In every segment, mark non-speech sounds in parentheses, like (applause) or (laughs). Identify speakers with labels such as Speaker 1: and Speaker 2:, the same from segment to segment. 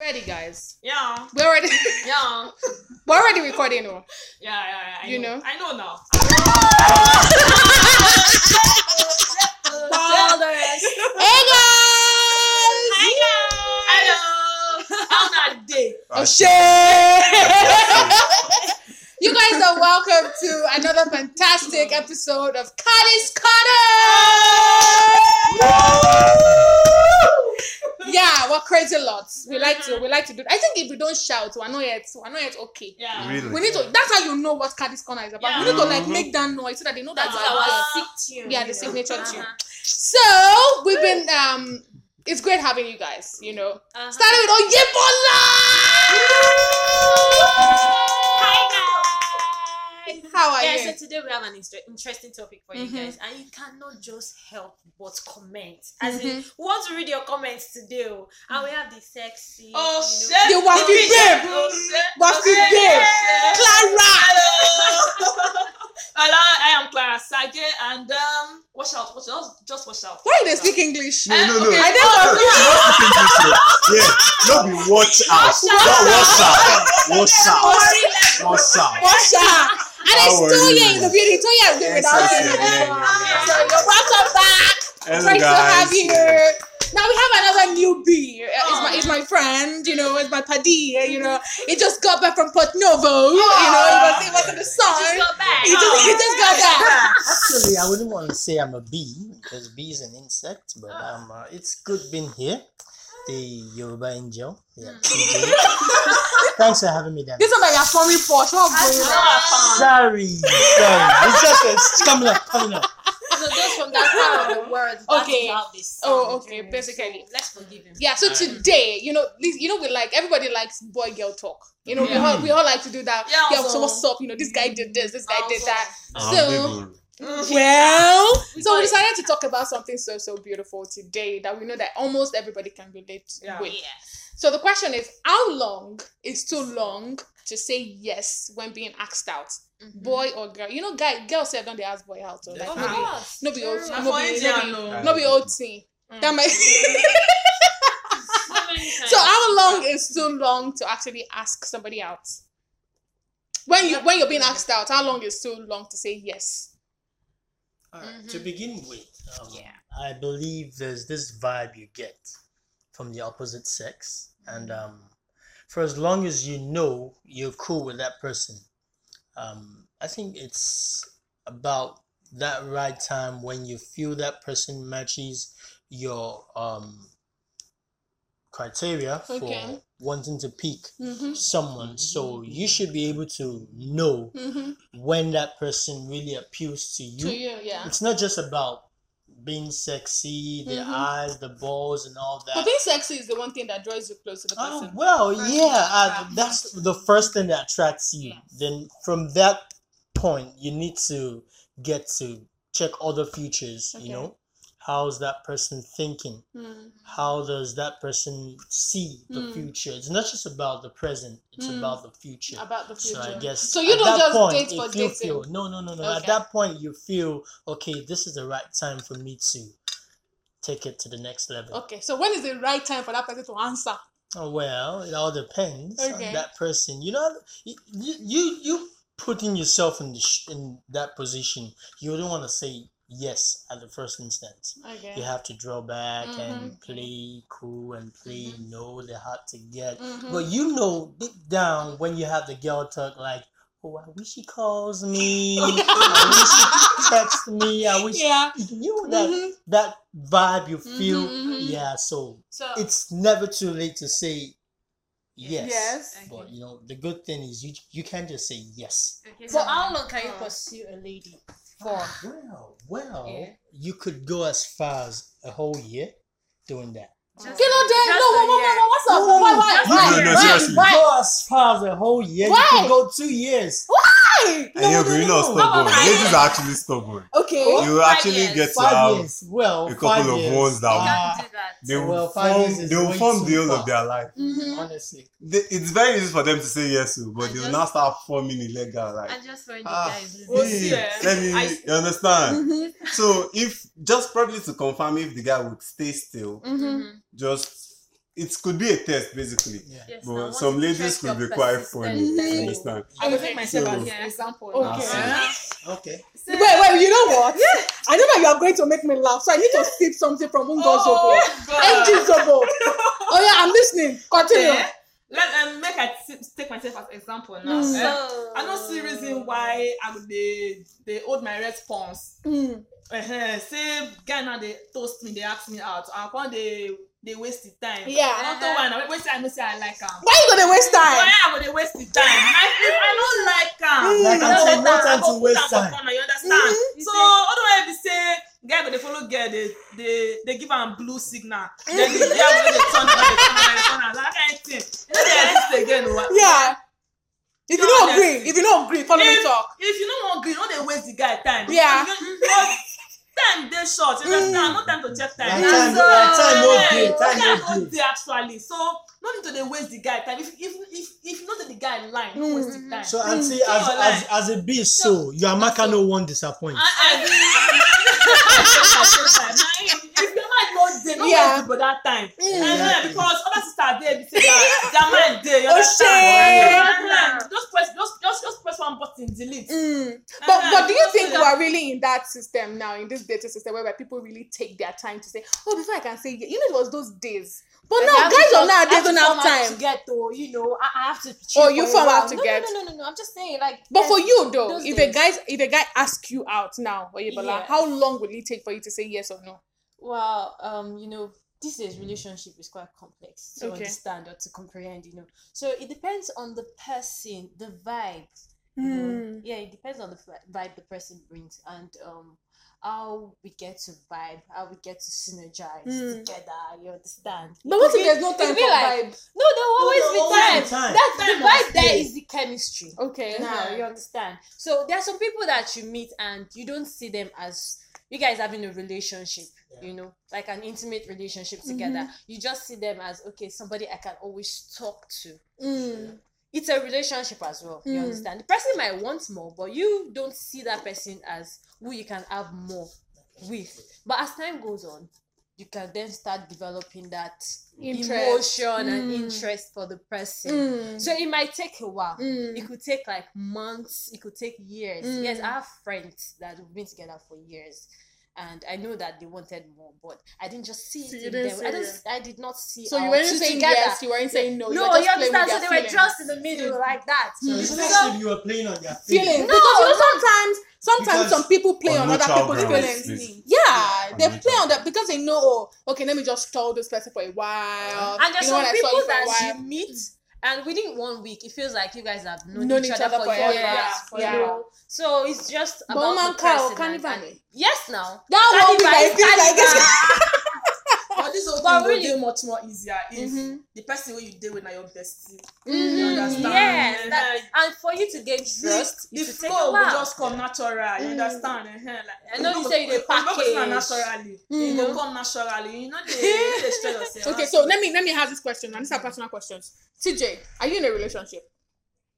Speaker 1: Ready, guys.
Speaker 2: Yeah,
Speaker 1: We're already (laughs)
Speaker 2: yeah,
Speaker 1: we're already recording though.
Speaker 2: yeah, yeah. yeah I
Speaker 1: You know?
Speaker 2: I know now.
Speaker 3: (laughs)
Speaker 1: Hey guys!
Speaker 2: Hello. Hello. How na day?
Speaker 1: Oh shit! you guys are welcome to another fantastic episode of Cardi's Corner. Yeah, we're crazy lots. We like to we like to do. I think if we don't shout, we're not yet we're not yet okay.
Speaker 2: Yeah.
Speaker 4: Really?
Speaker 1: We need to. That's how you know what Cardi's Corner is about. We need to like
Speaker 4: Yeah.
Speaker 1: make that noise so that they know that
Speaker 2: That's
Speaker 1: we're
Speaker 3: Uh-huh.
Speaker 2: our
Speaker 1: there.
Speaker 2: sick tune.
Speaker 1: Yeah, the
Speaker 2: you know.
Speaker 1: signature
Speaker 2: Uh-huh.
Speaker 1: tune. So we've been um it's great having you guys, you know.
Speaker 2: Uh-huh.
Speaker 1: Starting with "Oh, Oyebola!
Speaker 2: Hi guys.
Speaker 1: How are
Speaker 2: Yeah,
Speaker 1: you?
Speaker 2: so today we have an inter- interesting topic for
Speaker 1: Mhm.
Speaker 2: you guys, and you cannot just help but comment. As in,
Speaker 1: Mhm.
Speaker 2: we want to read your comments today, oh. and we have the sexy.
Speaker 3: Oh,
Speaker 2: you know-
Speaker 3: shit.
Speaker 1: The Wafi babe!
Speaker 3: Oh, shit.
Speaker 1: Wafi
Speaker 3: Okay.
Speaker 1: babe!
Speaker 3: Yeah.
Speaker 1: Clara!
Speaker 3: Hello. (laughs) Hello, I am Clara Sage, and um, watch out, watch out, just watch out.
Speaker 1: Why do they speak (laughs) English?
Speaker 4: No, no, no.
Speaker 3: Okay.
Speaker 1: I don't
Speaker 4: No,
Speaker 1: know.
Speaker 4: no, no, no, no, no, no, no, no, no, no, no, be watch out. Not watch out. Watch out.
Speaker 1: Washa! And it's
Speaker 4: How are
Speaker 1: Toya
Speaker 4: you?
Speaker 1: in the building. Toya has been
Speaker 4: Yes,
Speaker 1: without
Speaker 4: yes,
Speaker 1: you.
Speaker 4: yes, yes, yes.
Speaker 1: So you're welcome back.
Speaker 4: Hello,
Speaker 1: Great to have
Speaker 4: guys.
Speaker 1: you.
Speaker 4: Yeah.
Speaker 1: Now we have another newbie. Uh, It's my, it's my friend, you know, it's my paddy, uh, you know. He just got back from Port Novo, you know, it was, it was in the
Speaker 2: She's
Speaker 1: sun.
Speaker 2: got back.
Speaker 1: He just, he just got back.
Speaker 5: Actually, I wouldn't want to say I'm a bee because bee is an insect, but um, uh, it's good being here. The Yoruba angel. Yeah. TJ. Thanks for having me, Dan.
Speaker 1: This is like a funny Porsche. What's going on?
Speaker 5: Sorry, sorry. It's just it's coming up, coming up.
Speaker 2: So those from that part of the
Speaker 1: (laughs)
Speaker 2: world. that
Speaker 1: Okay.
Speaker 2: is how they sound,
Speaker 1: Oh, okay,
Speaker 2: you know.
Speaker 1: basically.
Speaker 2: So let's forgive him.
Speaker 1: Yeah, so today, you know, Liz- you know, we like everybody likes boy girl talk. You know, we
Speaker 4: Yeah.
Speaker 1: all we all like to do that.
Speaker 3: Yeah,
Speaker 1: Yeah, so
Speaker 3: also.
Speaker 1: what's up? You know, this guy did this, this guy did
Speaker 3: Also.
Speaker 1: that. So
Speaker 4: Unbelievable.
Speaker 1: well, so we
Speaker 2: got it.
Speaker 1: decided to talk about something so so beautiful today that we know that almost everybody can relate
Speaker 3: Yeah.
Speaker 1: with.
Speaker 2: Yeah.
Speaker 1: So the question is, how long is too long to say yes when being asked out,
Speaker 2: Mhm.
Speaker 1: boy or girl? You know, guy girls have done the ask boy out, so like
Speaker 4: Of
Speaker 1: Mm-hmm. no be-
Speaker 2: course.
Speaker 1: no be old,
Speaker 2: True.
Speaker 1: no
Speaker 3: For
Speaker 1: be,
Speaker 3: India,
Speaker 1: no be,
Speaker 3: no.
Speaker 1: no be old thing. That might.
Speaker 2: So many times.
Speaker 1: So how long is too long to actually ask somebody out? When you when you're being asked out, how long is too long to say yes?
Speaker 5: Alright,
Speaker 1: Mm-hmm.
Speaker 5: To begin with, um,
Speaker 2: Yeah.
Speaker 5: I believe there's this vibe you get from the opposite sex, and
Speaker 1: Mm-hmm.
Speaker 5: um, for as long as you know you're cool with that person, um, I think it's about that right time when you feel that person matches your um, criteria
Speaker 1: Okay.
Speaker 5: for wanting to pick
Speaker 1: Mm-hmm.
Speaker 5: someone. So you should be able to know
Speaker 1: Mm-hmm.
Speaker 5: when that person really appeals
Speaker 1: To
Speaker 5: to
Speaker 1: you, yeah.
Speaker 5: it's not just about being sexy, the
Speaker 2: Mm-hmm.
Speaker 1: Mhm.
Speaker 5: eyes, the balls, and all
Speaker 1: But
Speaker 5: that.
Speaker 1: being sexy is the one thing that draws you close to the
Speaker 5: Oh
Speaker 1: person.
Speaker 5: well,
Speaker 2: First
Speaker 5: yeah,
Speaker 2: thing
Speaker 5: uh,
Speaker 2: attracts
Speaker 5: that's the first thing that attracts you.
Speaker 2: Yes.
Speaker 5: Then from that point, you need to get to check other features.
Speaker 1: Okay.
Speaker 5: You know, how's that person thinking?
Speaker 1: Mm.
Speaker 5: How does that person see the
Speaker 2: Hmm.
Speaker 1: Mm.
Speaker 5: future? It's not just about the present; it's
Speaker 1: Mm.
Speaker 5: about the future.
Speaker 1: About the future.
Speaker 5: So I guess
Speaker 1: So you
Speaker 5: at
Speaker 1: don't
Speaker 5: that
Speaker 1: just
Speaker 5: point,
Speaker 1: date
Speaker 5: if
Speaker 1: for
Speaker 5: you
Speaker 1: dating.
Speaker 5: Feel, no, no, no, no.
Speaker 1: Okay.
Speaker 5: At that point, you feel okay. This is the right time for me to take it to the next level.
Speaker 1: Okay, so when is the right time for that person to answer?
Speaker 5: Oh, well, it all depends
Speaker 1: Okay.
Speaker 5: on that person. You know, you you you putting yourself in the sh- in that position. You don't want to say yes at the first instance.
Speaker 1: Okay.
Speaker 5: You have to draw back
Speaker 1: Mhm.
Speaker 5: and play cool and play
Speaker 1: Mm-hmm.
Speaker 5: no. They're hard to get.
Speaker 1: Mhm.
Speaker 5: But you know deep down when you have the girl talk like, oh, I wish she calls me.
Speaker 1: (laughs)
Speaker 5: I wish she texts me. I wish
Speaker 1: yeah.
Speaker 5: you know that
Speaker 1: Mhm.
Speaker 5: that vibe you feel.
Speaker 1: Mhm, mhm.
Speaker 5: Yeah, so
Speaker 2: So
Speaker 5: it's never too late to say yes.
Speaker 1: Yes.
Speaker 5: But you know the good thing is you you can't just say yes.
Speaker 2: Okay, so how long can you
Speaker 1: Uh,
Speaker 2: pursue a lady for?
Speaker 5: Ah, Well, well,
Speaker 2: Yeah.
Speaker 5: you could go as far as a whole year doing that.
Speaker 1: Kí ló dé? No,
Speaker 2: Just a
Speaker 1: no, no, no,
Speaker 2: year.
Speaker 1: no. What's up?
Speaker 5: No, no,
Speaker 1: Why?
Speaker 5: no.
Speaker 1: Why?
Speaker 2: Just
Speaker 1: Why?
Speaker 2: a
Speaker 4: year. No, no,
Speaker 5: Why?
Speaker 4: seriously.
Speaker 5: Why go as far as a whole year. You
Speaker 1: Why?
Speaker 5: could go two years.
Speaker 1: Why?
Speaker 4: And you're really not stubborn.
Speaker 1: no, no.
Speaker 4: Ladies are actually stubborn.
Speaker 1: Okay.
Speaker 4: You
Speaker 2: Five
Speaker 4: actually
Speaker 2: years.
Speaker 4: get to
Speaker 5: five
Speaker 4: have,
Speaker 5: years. Well,
Speaker 4: um, a
Speaker 5: five
Speaker 4: couple of
Speaker 5: years.
Speaker 4: ones that
Speaker 2: You
Speaker 5: Ah,
Speaker 2: can't do that.
Speaker 4: they will
Speaker 5: Well, five
Speaker 4: form,
Speaker 5: years is
Speaker 4: they will
Speaker 5: way
Speaker 4: form
Speaker 5: too
Speaker 4: the whole of
Speaker 5: far.
Speaker 4: their life.
Speaker 1: Mm-hmm.
Speaker 5: honestly.
Speaker 4: They, it's very easy for them to say yes, to, but
Speaker 2: I
Speaker 4: they will
Speaker 2: just-
Speaker 4: now start forming illegal. Like,
Speaker 2: And just for the
Speaker 4: Ah,
Speaker 2: guy is
Speaker 3: Oh,
Speaker 2: losing.
Speaker 4: hey,
Speaker 3: yeah.
Speaker 4: let me,
Speaker 3: I-
Speaker 4: you understand?
Speaker 1: Mm-hmm.
Speaker 4: So, if just probably to confirm if the guy would stay still,
Speaker 1: Mm-hmm.
Speaker 2: Mhm.
Speaker 4: just
Speaker 6: it could be a test basically.
Speaker 5: Yeah.
Speaker 2: Yes, I
Speaker 6: But
Speaker 2: want
Speaker 6: some
Speaker 2: to
Speaker 6: ladies
Speaker 2: check
Speaker 6: could
Speaker 2: your
Speaker 6: be quite funny.
Speaker 1: Mhm.
Speaker 6: You understand?
Speaker 7: I will take myself
Speaker 6: So-
Speaker 1: Mm-hmm.
Speaker 7: as
Speaker 2: Yeah.
Speaker 7: an example.
Speaker 1: Okay.
Speaker 7: now.
Speaker 6: Awesome.
Speaker 5: Okay.
Speaker 7: So-
Speaker 1: Wait, wait, you know what? Yeah. I know that you are going to make me laugh, so I need to sip something from Ungo Zobo.
Speaker 3: God.
Speaker 1: (laughs) MG Zobo. Oh, yeah, I'm listening. Continue.
Speaker 3: Yeah. Let um, make I t- take myself as example now.
Speaker 1: Mm.
Speaker 3: eh?
Speaker 2: So,
Speaker 3: I don't see reason why I would they they hold my response.
Speaker 1: Mm.
Speaker 3: Uh-huh. Say guy now they toast me, they ask me out. I want they they waste the time.
Speaker 1: Yeah.
Speaker 3: I don't want to waste. I know say I like them.
Speaker 1: Why you gonna waste time?
Speaker 3: Why would they waste the time? I, I don't
Speaker 5: Mm,
Speaker 3: like
Speaker 5: Like
Speaker 3: them.
Speaker 5: I said, no time to waste time. Mm-hmm.
Speaker 3: You understand?
Speaker 1: Mhm.
Speaker 3: So otherwise, they say guy go dey follow girl dey dey dey give am blue signal. Then the girl go dey turn around, dey turn around, dey turn around, that kind of thing. You know they exist again o.
Speaker 1: Yeah. If you
Speaker 3: No,
Speaker 1: don't
Speaker 3: honestly.
Speaker 1: agree, if you don't agree, follow me talk.
Speaker 3: If you no wan gree, no dey waste the guy time.
Speaker 1: Yeah.
Speaker 3: You go- because time dey short. You understand? No time to check time.
Speaker 5: Like Mm. time,
Speaker 7: so-
Speaker 5: like time no
Speaker 3: Yeah,
Speaker 5: day, time
Speaker 3: time
Speaker 5: no
Speaker 3: no
Speaker 5: day.
Speaker 3: dey actually. So no need to dey waste the guy time. If if if if you no dey the guy line, no waste the time.
Speaker 5: Mm-hmm. So auntie,
Speaker 3: Mm.
Speaker 5: as,
Speaker 3: So,
Speaker 5: as
Speaker 3: like-
Speaker 5: as a beast, so your Amaka no one disappoint.
Speaker 1: Yeah.
Speaker 2: (laughs)
Speaker 3: yeah. but that time
Speaker 1: Hmm.
Speaker 3: yeah.
Speaker 5: Exactly.
Speaker 3: because other sister dey be say their their mind dey you
Speaker 1: Oh,
Speaker 3: understand Uh-huh. just press just just just press one button delete
Speaker 1: Mm. But
Speaker 3: Uh-huh.
Speaker 1: but do you think
Speaker 3: So
Speaker 1: we are really in that system now in this dating system where, people really take their time to say, oh, before I can say, yeah. you know, it was those days. But
Speaker 2: Like, I
Speaker 1: now
Speaker 2: have to
Speaker 1: guys are
Speaker 2: talk- I
Speaker 1: nowadays don't
Speaker 2: to
Speaker 1: have
Speaker 2: form out
Speaker 1: time.
Speaker 2: To get though, you know, I, I have to.
Speaker 1: Oh,
Speaker 2: chill
Speaker 1: you
Speaker 2: for a
Speaker 1: form out
Speaker 2: while.
Speaker 1: to
Speaker 2: no,
Speaker 1: get.
Speaker 2: No, no, no, no, no. I'm just saying, like.
Speaker 1: But
Speaker 2: yes,
Speaker 1: for you though,
Speaker 2: those
Speaker 1: if a
Speaker 2: days.
Speaker 1: guys if a guy asks you out now, Oyebola,
Speaker 2: Yeah.
Speaker 1: how long will it take for you to say yes or no?
Speaker 2: well, um, you know, these days relationship is quite complex to
Speaker 1: Okay.
Speaker 2: understand or to comprehend. You know, so it depends on the person, the vibe. you know.
Speaker 1: Mm.
Speaker 2: Yeah, it depends on the vi- vibe the person brings and um how we get to vibe, how we get to synergize
Speaker 1: Mm.
Speaker 2: together. You understand?
Speaker 1: But what if
Speaker 2: It
Speaker 1: there's no time for
Speaker 2: could be- it could be like-
Speaker 1: vibe?
Speaker 2: No, there will always
Speaker 3: there will
Speaker 2: be
Speaker 3: always
Speaker 2: time.
Speaker 5: be time.
Speaker 2: That's
Speaker 3: Time
Speaker 2: the
Speaker 3: must
Speaker 2: vibe. There
Speaker 3: be.
Speaker 2: is the chemistry.
Speaker 1: Okay.
Speaker 2: Now you understand. So there are some people that you meet and you don't see them as you guys having a relationship, you know, like an intimate relationship
Speaker 1: Mm-hmm.
Speaker 2: together. You just see them as okay, somebody I can always talk to.
Speaker 1: Mm.
Speaker 2: It's a relationship as well. You
Speaker 1: Mm.
Speaker 2: understand? The person might want more, but you don't see that person as who you can have more with. But as time goes on, you can then start developing that
Speaker 1: Interest.
Speaker 2: emotion and
Speaker 1: Mm.
Speaker 2: interest for the person.
Speaker 1: Mm.
Speaker 2: So it might take a while.
Speaker 1: Mm.
Speaker 2: It could take like months. It could take years.
Speaker 1: Mm.
Speaker 2: Yes, I have friends that we've been together for years, and I know that they wanted more, but I didn't just see
Speaker 1: So
Speaker 2: it
Speaker 1: you
Speaker 2: in
Speaker 1: didn't
Speaker 2: them.
Speaker 1: see
Speaker 2: I don't.
Speaker 1: it.
Speaker 2: s- I did not see.
Speaker 1: So you
Speaker 2: our
Speaker 1: weren't
Speaker 2: two
Speaker 1: saying
Speaker 2: together.
Speaker 1: yes, you weren't saying no.
Speaker 2: No,
Speaker 1: you, were just
Speaker 2: you
Speaker 1: playing with
Speaker 2: understand. So
Speaker 1: their
Speaker 2: they were
Speaker 1: feelings. Hmm.
Speaker 2: just in the middle like that.
Speaker 5: So it's not as if you were playing on their
Speaker 1: feelings.
Speaker 5: feelings.
Speaker 1: Because you know, sometimes sometimes
Speaker 6: Because
Speaker 1: some people play
Speaker 6: on
Speaker 1: on
Speaker 6: no
Speaker 1: other
Speaker 6: child
Speaker 1: people's
Speaker 6: grounds,
Speaker 1: feelings.
Speaker 6: please.
Speaker 1: Yeah,
Speaker 6: On
Speaker 1: they play
Speaker 6: no
Speaker 1: on
Speaker 6: child
Speaker 1: that because they know. Oh, okay, let me just stall this person for a while.
Speaker 2: and there's
Speaker 1: You know, when
Speaker 2: some
Speaker 1: I saw
Speaker 2: people
Speaker 1: you for a
Speaker 2: that
Speaker 1: while.
Speaker 2: you meet and within one week it feels like you guys have known,
Speaker 1: Known
Speaker 2: each, other, for years
Speaker 1: yeah,
Speaker 2: for
Speaker 1: yeah.
Speaker 2: you know. so it's just
Speaker 1: But
Speaker 2: about
Speaker 1: man,
Speaker 2: the
Speaker 1: cow,
Speaker 2: person
Speaker 1: can
Speaker 2: and-
Speaker 1: you
Speaker 2: and-
Speaker 1: find me?
Speaker 2: yes now
Speaker 1: That one week, I feel like it's-
Speaker 3: but this whole
Speaker 2: But
Speaker 3: thing really,
Speaker 2: really-
Speaker 3: go dey much more easier if
Speaker 1: Mhm.
Speaker 3: the person wey you dey with na your bestie you
Speaker 2: Mhm,
Speaker 3: understand
Speaker 1: mm-hmm.
Speaker 2: Yes, that,
Speaker 3: Eh,
Speaker 2: and for you to gain trust,
Speaker 3: the
Speaker 2: it will take
Speaker 3: flow go
Speaker 2: a while.
Speaker 3: just come natural you
Speaker 1: Mm.
Speaker 3: understand uh-huh. like,
Speaker 2: I know you
Speaker 3: go-
Speaker 2: say you dey
Speaker 3: go- go person na
Speaker 2: package.
Speaker 3: naturally
Speaker 1: Mm.
Speaker 3: e go come naturally you no
Speaker 1: (laughs)
Speaker 3: dey you no dey stress yourself
Speaker 1: Okay, so let me let me have this question. And these are personal questions. TJ, are you in a relationship?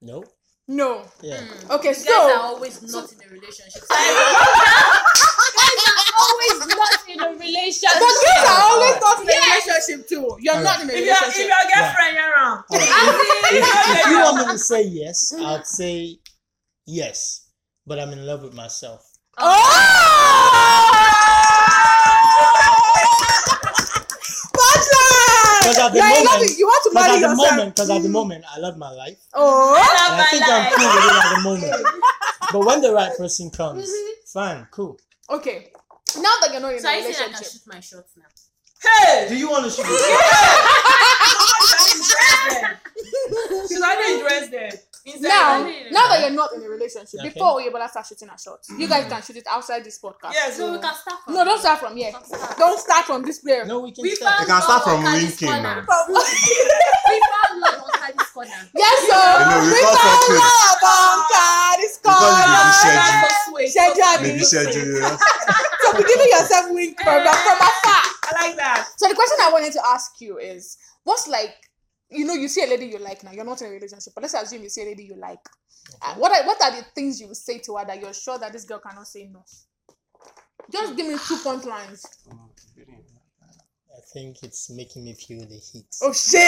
Speaker 5: No.
Speaker 1: No.
Speaker 5: Yeah.
Speaker 2: Mm.
Speaker 1: Okay,
Speaker 2: hmm, You guys are
Speaker 1: so
Speaker 2: always not in a relationship. Sorry. you guys are always not in a relationship.
Speaker 1: but girls are (laughs) always not in a relationship too. You're not
Speaker 5: Alright.
Speaker 1: in a
Speaker 3: if your if
Speaker 1: relationship.
Speaker 3: your girlfriend yarn am
Speaker 5: Alright, if, if- if you want me to say yes, I'd say yes. But I'm in love with myself.
Speaker 1: Oh! Partner!
Speaker 5: 'Cause at the
Speaker 1: You're in love
Speaker 5: moment-
Speaker 1: with- you want to
Speaker 5: Because
Speaker 1: marry
Speaker 5: at the
Speaker 1: yourself. Mm.
Speaker 5: moment, because at the moment, I love my life.
Speaker 1: Oh.
Speaker 5: And I think I'm cool with it at the moment. But when the right person comes,
Speaker 1: Mm-hmm.
Speaker 5: fine, cool.
Speaker 1: Okay. Now that you're not in
Speaker 2: So
Speaker 1: a
Speaker 2: are you saying I can
Speaker 1: relationship.
Speaker 2: shoot my shots now?
Speaker 3: hey
Speaker 5: Do
Speaker 1: (laughs)
Speaker 5: you want to shoot? the-
Speaker 3: she's already dressed there inside
Speaker 1: Now,
Speaker 2: Yeah.
Speaker 1: now that you're not in a relationship,
Speaker 5: Okay.
Speaker 1: before we able to start shooting our shots, you guys can shoot it outside this podcast.
Speaker 3: yes oh,
Speaker 2: So we
Speaker 3: o
Speaker 2: can start. from
Speaker 1: No, don't
Speaker 2: here.
Speaker 1: start from here.
Speaker 2: Don't start.
Speaker 1: Don't start from this player.
Speaker 5: No, we can
Speaker 2: We
Speaker 5: start.
Speaker 6: You
Speaker 2: found
Speaker 6: can start
Speaker 2: love
Speaker 6: from
Speaker 2: on Kali's
Speaker 6: winking
Speaker 2: corner. We found love on Kali's corner.
Speaker 1: (laughs) Yes, sir.
Speaker 6: know, we
Speaker 1: we
Speaker 6: can't
Speaker 1: found
Speaker 6: talk
Speaker 1: love. Oh, God, it's
Speaker 6: Because
Speaker 1: called.
Speaker 6: you
Speaker 3: That's
Speaker 6: did
Speaker 3: so sweet.
Speaker 1: Schedule, Abby.
Speaker 6: schedule. Maybe
Speaker 1: So (laughs)
Speaker 6: schedule. yeah.
Speaker 1: be giving yourself wink from, from afar.
Speaker 3: I like that.
Speaker 1: So the question I wanted to ask you is, what's like, you know, you see a lady you like now. You're not in a relationship, but let's assume you see a lady you like. Uh, what are what are the things you would say to her that you're sure that this girl cannot say no? Just give me two point lines.
Speaker 5: I think it's making me feel the heat.
Speaker 1: Oh shit!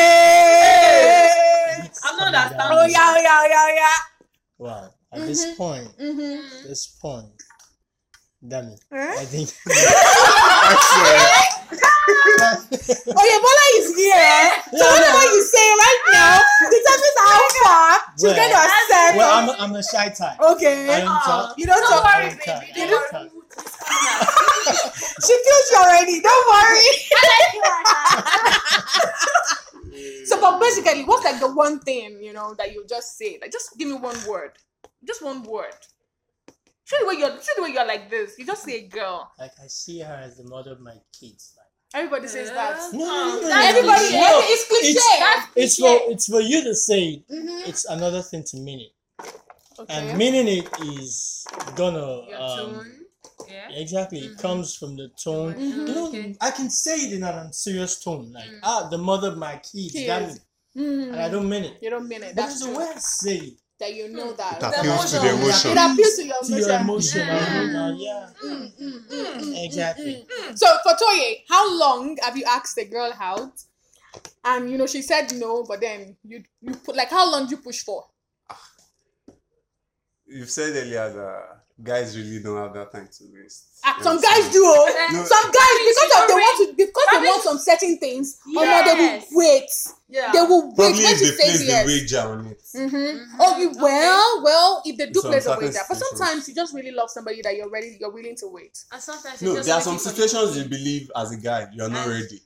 Speaker 5: It's
Speaker 3: I'm not
Speaker 5: coming
Speaker 3: that
Speaker 5: down.
Speaker 3: Oh, yeah.
Speaker 1: yeah, yeah,
Speaker 5: Wow. At this point,
Speaker 1: yeah. Mm-hmm.
Speaker 5: this point, damn it.
Speaker 1: Huh? (laughs)
Speaker 5: I think
Speaker 1: Oyebola Oh, is here. eh? So whatever you say right now determines how far she's
Speaker 5: Well,
Speaker 1: going to accept.
Speaker 5: (laughs) well, I'm a, I'm a shy type. I
Speaker 1: okay.
Speaker 5: don't talk.
Speaker 1: You don't
Speaker 5: I
Speaker 1: talk.
Speaker 5: don't talk. I
Speaker 1: You
Speaker 5: don't talk.
Speaker 1: She feels you already. Don't worry. so, but basically, what's like the one thing you know that you just say? Like, just give me one word. Just one word. Show the way you're. Show the way you're like this. You just say, "Girl."
Speaker 5: Like I see her as the mother of my kids. Like,
Speaker 1: Everybody says that.
Speaker 2: Yeah.
Speaker 5: no, no, no, no,
Speaker 2: That's
Speaker 1: Everybody.
Speaker 5: no.
Speaker 1: every- it's
Speaker 5: It's-
Speaker 1: cliche.
Speaker 5: It's for it's for you to say it.
Speaker 1: Mhm.
Speaker 5: It's another thing to mean it,
Speaker 1: Okay.
Speaker 5: and meaning it is gonna
Speaker 2: Your
Speaker 5: um,
Speaker 2: tone. Yeah.
Speaker 5: exactly.
Speaker 1: Mm-hmm.
Speaker 5: It comes from the tone.
Speaker 1: Mhm.
Speaker 5: You know,
Speaker 2: Okay.
Speaker 5: I can say it in an serious tone,
Speaker 1: Mm.
Speaker 5: like ah, the mother of my kids.
Speaker 1: Kids.
Speaker 5: Damn it.
Speaker 1: Mhm.
Speaker 5: and I don't mean it.
Speaker 1: You don't mean it.
Speaker 5: But
Speaker 1: That's
Speaker 5: it's the
Speaker 1: true.
Speaker 5: way I say it.
Speaker 1: that you know that.
Speaker 6: It
Speaker 2: The
Speaker 6: appeals to the
Speaker 2: emotion.
Speaker 1: It
Speaker 6: emotion.
Speaker 1: appeals to your
Speaker 5: to your
Speaker 1: emotion.
Speaker 5: emotion.
Speaker 2: Yeah.
Speaker 5: uh, yeah.
Speaker 1: Mm, mm, mm, mm,
Speaker 5: Exactly.
Speaker 1: mm, mm. So for Toye, how long have you asked the girl out? And you know she said no, but then you you put like how long do you push for?
Speaker 6: You've said earlier that guys really don't have that time to waste.
Speaker 1: Ah,
Speaker 6: You
Speaker 1: some
Speaker 6: understand?
Speaker 1: guys do. oh.
Speaker 6: No,
Speaker 1: Some guys because of they want to because they
Speaker 2: Probably-
Speaker 1: want some certain things, or no, they
Speaker 2: Yes.
Speaker 1: will wait.
Speaker 3: Yeah.
Speaker 1: They will wait
Speaker 6: Probably
Speaker 1: when
Speaker 6: if
Speaker 1: she
Speaker 6: they place
Speaker 1: says
Speaker 6: the
Speaker 1: yes.
Speaker 6: wager on it.
Speaker 1: Mm-hmm. Oh, you well, well. If they do
Speaker 6: Some
Speaker 1: place a
Speaker 6: certain
Speaker 1: wager, but
Speaker 6: situations.
Speaker 1: sometimes you just really love somebody that you're ready, you're willing to wait.
Speaker 2: And sometimes
Speaker 6: No,
Speaker 2: it's just
Speaker 6: there are some
Speaker 2: waiting for the
Speaker 6: situations you
Speaker 2: phone.
Speaker 6: believe as a guy you are not
Speaker 2: And-
Speaker 6: ready.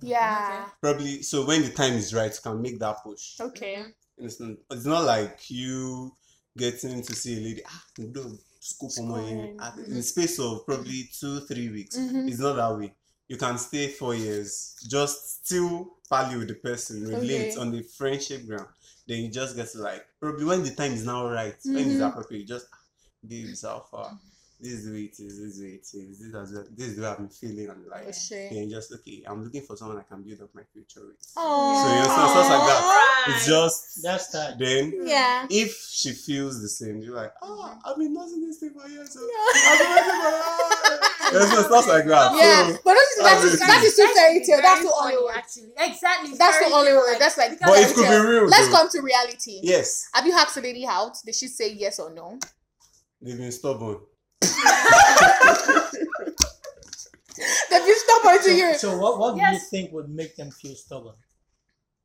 Speaker 1: Yeah.
Speaker 6: Probably so when the time is right, you can make that push.
Speaker 1: Okay.
Speaker 6: Understand? It's not like you getting to see a lady. Ah, no, scoop on my
Speaker 1: Scoop on.
Speaker 6: ah, in space of probably two, three weeks.
Speaker 1: Mhm.
Speaker 6: It's not that way. You can stay four years, just still value the person, relate
Speaker 1: Okay.
Speaker 6: on the friendship ground. Then you just get to like probably when the time is now right, when it's
Speaker 1: Mhm.
Speaker 6: appropriate, you just ah, babe, it's how far. This is the way it is. This is the way it is. This is this is the way I've been feeling and like.
Speaker 1: Oh, shit.
Speaker 6: Then you just okay. I'm looking for someone I can build up my future with.
Speaker 1: Aww.
Speaker 6: So, you understand, stuff like that.
Speaker 3: Right.
Speaker 6: It's just
Speaker 5: That's that.
Speaker 6: then
Speaker 1: Yeah. Mm-hmm.
Speaker 6: if she feels the same, you're like, oh, I've been noticing this thing for years. So
Speaker 1: Yeah.
Speaker 6: I've been waiting for
Speaker 1: (laughs)
Speaker 6: that. There's no stuff like that.
Speaker 1: yeah.
Speaker 6: So,
Speaker 1: But that is, that is, that is too fairy tale. That's the only
Speaker 2: one.
Speaker 1: word.
Speaker 2: Actually, exactly.
Speaker 1: That's
Speaker 2: fairy
Speaker 1: the only
Speaker 2: tale,
Speaker 1: word. That's like.
Speaker 6: but
Speaker 1: fairy
Speaker 6: it could
Speaker 1: tale.
Speaker 6: be real.
Speaker 1: Let's
Speaker 6: though.
Speaker 1: come to reality.
Speaker 6: Yes,
Speaker 1: Have you hacked a lady out? Did she say yes or (laughs) no?
Speaker 6: they've been stubborn.
Speaker 1: They've been stubborn to you.
Speaker 5: So, so what, what do you
Speaker 2: Yes.
Speaker 5: think would make them feel stubborn?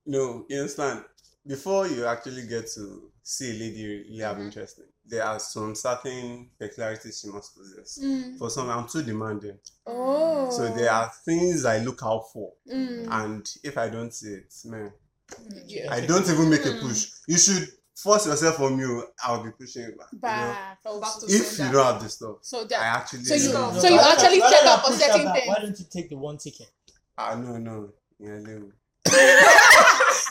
Speaker 6: No, you understand? Before you actually get to see a lady you really
Speaker 1: Mm-hmm.
Speaker 6: have interest in, there are some certain peculiarities she must possess.
Speaker 1: Mm.
Speaker 6: For some, I'm too demanding.
Speaker 1: Oh.
Speaker 6: So there are things I look out for.
Speaker 1: Mm.
Speaker 6: And if I don't see it, man,
Speaker 1: Yeah.
Speaker 6: I don't even make
Speaker 1: Hmm.
Speaker 6: a push. You should force yourself on me. I'll be pushing you back. you know?
Speaker 1: Back. Oh,
Speaker 3: Back to
Speaker 6: If you
Speaker 3: sender.
Speaker 6: don't have the stuff,
Speaker 1: So
Speaker 6: I
Speaker 1: that.
Speaker 6: actually
Speaker 1: So you-
Speaker 6: don't.
Speaker 1: so you
Speaker 5: but-
Speaker 1: actually
Speaker 5: but
Speaker 1: check
Speaker 5: rather
Speaker 1: out for
Speaker 5: push her
Speaker 1: certain
Speaker 5: back,
Speaker 1: things.
Speaker 5: Why don't you take the one ticket?
Speaker 6: Ah no no. Yeah, no.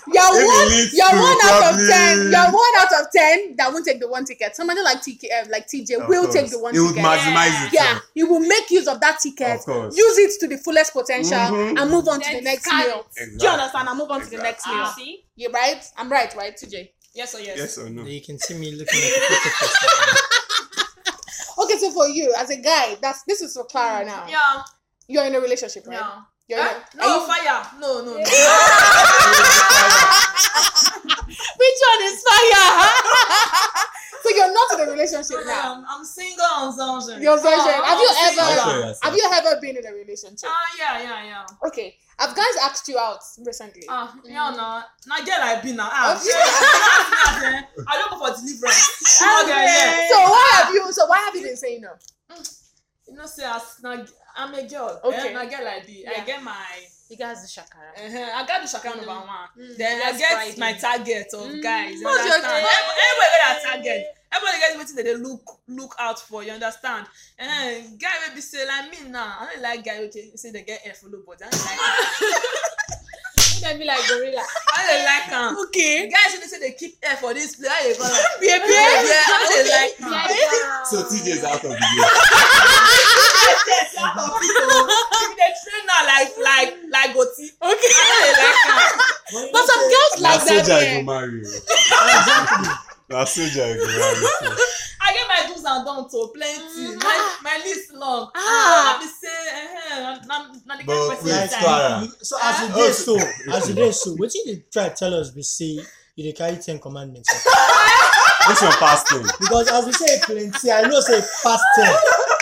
Speaker 1: You're
Speaker 6: If it
Speaker 1: one.
Speaker 6: leads
Speaker 1: You're
Speaker 6: to
Speaker 1: one out of
Speaker 6: probably-
Speaker 1: ten. You're one out of ten that won't take the one ticket. Somebody like TK, like TJ,
Speaker 6: Of
Speaker 1: will take
Speaker 6: course.
Speaker 1: the one
Speaker 6: It would
Speaker 1: ticket.
Speaker 6: maximize it.
Speaker 1: yeah, you will make use of that ticket.
Speaker 6: Of course.
Speaker 1: use it to the fullest potential
Speaker 6: Mhm.
Speaker 1: and move on to
Speaker 2: Then
Speaker 1: the next
Speaker 2: scan
Speaker 1: meal.
Speaker 6: Exactly.
Speaker 1: Do you understand? And move on to the
Speaker 6: Exactly.
Speaker 1: next meal.
Speaker 2: Ah, see?
Speaker 1: You right? I'm right, right, TJ.
Speaker 3: Yes or yes.
Speaker 6: Yes or no?
Speaker 5: You can see me looking at the picture
Speaker 1: (laughs)
Speaker 5: first.
Speaker 1: Okay, so for you as a guy, that's this is for Clara now.
Speaker 3: Yeah.
Speaker 1: You're in a relationship, right?
Speaker 3: No.
Speaker 1: You're in
Speaker 3: Eh?
Speaker 1: a-
Speaker 3: No
Speaker 1: are you-
Speaker 3: fire. No no.
Speaker 1: (laughs)
Speaker 3: no.
Speaker 1: Which one is fire? (laughs) so you're not in a (laughs) relationship now.
Speaker 3: Um, I'm single on Zonjin.
Speaker 1: You're version. Have you
Speaker 6: I'm
Speaker 1: ever?
Speaker 6: sure yes.
Speaker 1: Have you ever been in a relationship?
Speaker 3: Ah yeah yeah yeah.
Speaker 1: Okay, have guys asked you out recently?
Speaker 3: Ah yeah no. Na girl I be now. Ah.
Speaker 1: Mm. Okay.
Speaker 3: yeah, (laughs) yeah, yeah, yeah. I don't go for
Speaker 1: (laughs)
Speaker 3: deliverance. No girl yeah.
Speaker 1: So why have you? So why have you been saying no?
Speaker 3: You know say as na I'm a girl.
Speaker 1: Okay.
Speaker 3: Eh, na girl I be.
Speaker 1: Yeah.
Speaker 3: I get my.
Speaker 2: You guys do shakara.
Speaker 3: Uh-huh. I got the shaka number one.
Speaker 2: Mm. Mm.
Speaker 3: Then I
Speaker 2: That's
Speaker 3: get
Speaker 2: Friday.
Speaker 3: my target of
Speaker 2: Mm.
Speaker 3: guys. You
Speaker 2: What's your
Speaker 3: understand?
Speaker 2: target?
Speaker 3: Every- Everybody got their target. Everybody gets wetin dem dey look look out for. You understand? Uh, guy wey be say like me now, I don't like guy wey dey say they get hair follow body. I don't like am.
Speaker 2: Then be like gorilla.
Speaker 3: I don't like am.
Speaker 1: Okay,
Speaker 3: Guys wey dey say they keep hair for this place, how you go like?
Speaker 1: baby.
Speaker 3: Yeah, I don't like am.
Speaker 2: Yeah,
Speaker 6: So
Speaker 1: (laughs)
Speaker 6: TJ's out of the game.
Speaker 3: Yes, out of people. If they train her like like like Goti,
Speaker 1: Okay.
Speaker 3: I don't like am.
Speaker 1: But some girls
Speaker 6: Na
Speaker 1: like that.
Speaker 6: soldier
Speaker 1: eh.
Speaker 6: I go marry. you. Na soldier I go marry. you.
Speaker 3: I get my do do's and don'ts o plenty my my list long
Speaker 2: Ah.
Speaker 3: i be say eh, na na the kind
Speaker 6: But
Speaker 3: person wey
Speaker 6: wait,
Speaker 5: Like,
Speaker 6: stop.
Speaker 3: die
Speaker 6: Clara.
Speaker 5: you- so as it
Speaker 6: Ah.
Speaker 5: is so, as it is so, wetin dey try tell us be say you dey carry ten commandments.
Speaker 6: Which one fasting?
Speaker 5: because as we say plenty, I know say past ten,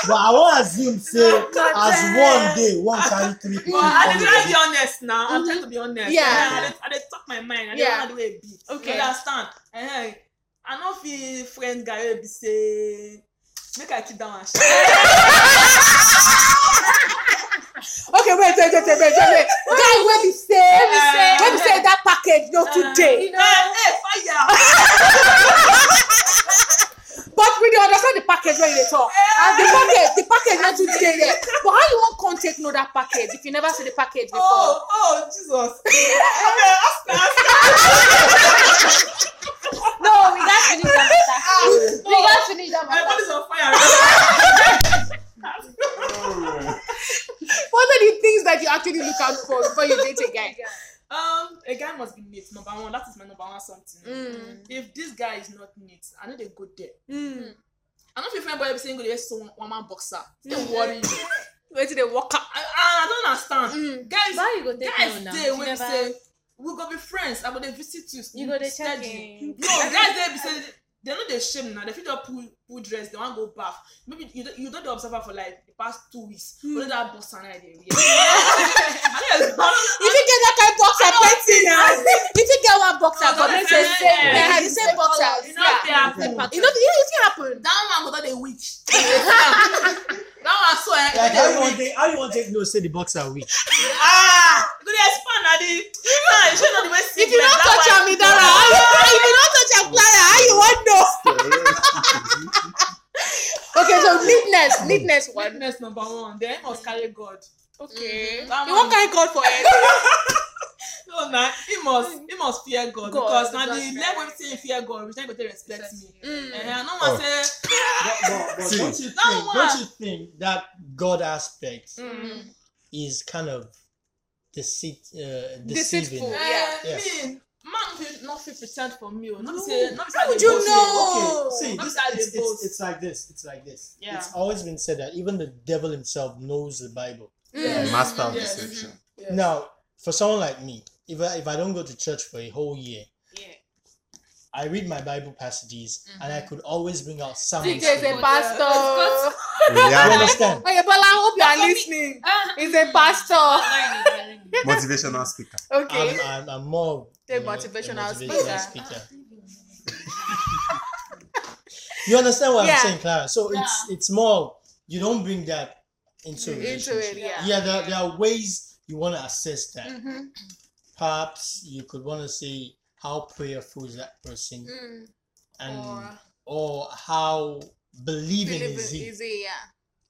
Speaker 5: but I wan assume say as one day one carry three people.
Speaker 3: but i dey try
Speaker 5: come
Speaker 3: be honest now i'm
Speaker 1: Mhm.
Speaker 3: trying to be honest
Speaker 1: Yeah.
Speaker 3: Eh, i dey i dey talk my mind i dey
Speaker 1: Yeah.
Speaker 3: know how the way e be
Speaker 2: Okay.
Speaker 3: you understand eh, i no fit friend guy wey be say make i keep that one (laughs) sha
Speaker 1: Okay, wait, wait, wait, wait, wait, wait. Guy, when we say,
Speaker 3: When we say-
Speaker 1: when we say that package, no today.
Speaker 3: you know eh fire
Speaker 1: But we don't understand the package when they talk. And the package, the package not today. Yeah. But how you want contact know that package if you never see the package before?
Speaker 3: oh oh jesus (laughs) okay ask me ask me
Speaker 2: No, we got finish
Speaker 1: (laughs) Ah.
Speaker 2: that matter. We got finish that
Speaker 3: my
Speaker 2: matter.
Speaker 3: body's on fire.
Speaker 6: (laughs)
Speaker 1: What are the things that you actually look out for before you date a guy?
Speaker 3: um a guy must be neat number one that is my number one something.
Speaker 1: Mm.
Speaker 3: if this guy is not neat i no dey go there
Speaker 1: Mm.
Speaker 3: i no fit find boy wey be say him go dey wear so one man boxer dey
Speaker 2: Mm.
Speaker 3: worry
Speaker 2: (laughs)
Speaker 3: you
Speaker 1: Where did they walk out?
Speaker 3: i i, I don understand
Speaker 1: Mm.
Speaker 3: guys
Speaker 2: Why you go take
Speaker 3: guys
Speaker 2: no now?
Speaker 3: dey
Speaker 2: You
Speaker 3: wey be
Speaker 2: never-
Speaker 3: say we go be friends i go dey visit you
Speaker 2: You go dey check
Speaker 3: steady.
Speaker 2: in. (laughs)
Speaker 3: no guys dey be say dem no dey shame na dem fit just pull pull dress dem wan go baff maybe you don you don dey observe am for like the past two weeks
Speaker 2: Hmm.
Speaker 3: only that boxer na i dey
Speaker 2: (laughs)
Speaker 3: wear (laughs) i no dey
Speaker 1: If you get that kind of boxer, plenty now. (laughs) If you get one boxer,
Speaker 3: No,
Speaker 1: but
Speaker 3: don't
Speaker 1: make sense,
Speaker 3: say-
Speaker 1: say, yeah, the same boxer.
Speaker 3: you know
Speaker 1: Yeah.
Speaker 3: dey happen
Speaker 1: You know, yeah, it can happen.
Speaker 3: that one go don dey weak (laughs) that one so eh
Speaker 5: Like,
Speaker 3: e
Speaker 5: how
Speaker 3: dey
Speaker 5: you wan
Speaker 3: weak
Speaker 5: take how you wan take know say the boxer weak?
Speaker 3: ah you go dey expand na the ah you sure know the way
Speaker 1: If you don't touch am, Idara, how you, if you don't touch am, Clara, how you want know? Okay, (laughs) so neatness, neatness one.
Speaker 3: witness number one then he must carry god
Speaker 1: Okay.
Speaker 3: That
Speaker 1: You won't
Speaker 3: one-
Speaker 1: carry God for it.
Speaker 3: no na he must he must fear god, god
Speaker 1: God,
Speaker 3: because na the
Speaker 1: that's right.
Speaker 3: level wey say he fear god reach na him go take respect me
Speaker 1: Mm.
Speaker 3: eh i no wan
Speaker 6: Oh.
Speaker 3: say
Speaker 5: But, but, but
Speaker 6: See.
Speaker 5: don't you
Speaker 3: That
Speaker 5: think? Don't you think that God aspect
Speaker 3: mm.
Speaker 5: is kind of deceit, uh, deceiving?
Speaker 1: Deceitful.
Speaker 3: eh
Speaker 1: Yeah.
Speaker 5: Yeah.
Speaker 3: me man fit no fit pretend for me o no be
Speaker 5: No.
Speaker 3: say no be say i
Speaker 1: How
Speaker 3: dey
Speaker 1: would you
Speaker 3: boast
Speaker 1: know?
Speaker 5: Okay, see,
Speaker 3: Not
Speaker 5: this,
Speaker 3: that
Speaker 5: it's,
Speaker 3: they
Speaker 5: it's,
Speaker 3: boast.
Speaker 5: it's like this. It's like this.
Speaker 3: Yeah.
Speaker 5: It's always been said that even the devil himself knows the Bible.
Speaker 1: Mm.
Speaker 6: Master of
Speaker 3: Yes.
Speaker 6: deception.
Speaker 3: Yes.
Speaker 5: Now, for someone like me, if I, if I don't go to church for a whole year,
Speaker 3: Yeah.
Speaker 5: I read my Bible passages and
Speaker 1: Mm-hmm.
Speaker 5: I could always bring out sermons.
Speaker 1: TJ is
Speaker 5: from
Speaker 1: a
Speaker 5: it.
Speaker 1: pastor.
Speaker 5: You
Speaker 6: Yeah.
Speaker 5: understand?
Speaker 1: Hey, Bola, I hope you are listening.
Speaker 2: Ah.
Speaker 1: He's a pastor.
Speaker 6: Motivational speaker.
Speaker 1: Okay.
Speaker 5: I'm, I'm, I'm more
Speaker 1: The
Speaker 5: you know, a
Speaker 1: motivational
Speaker 5: motivational
Speaker 1: speaker. Ah.
Speaker 5: speaker. (laughs) you understand what
Speaker 1: Yeah.
Speaker 5: I'm saying, Clara? So it's it's more you don't bring that into a
Speaker 1: Into it,
Speaker 5: relationship.
Speaker 1: yeah.
Speaker 5: yeah, there, there are ways you want to assess that.
Speaker 1: Mm-hmm.
Speaker 5: Perhaps you could want to say how prayerful is that person,
Speaker 1: Mm.
Speaker 5: and or,
Speaker 1: Or-
Speaker 5: how believing
Speaker 1: Believe
Speaker 5: is
Speaker 1: it
Speaker 5: he.
Speaker 1: easy, yeah.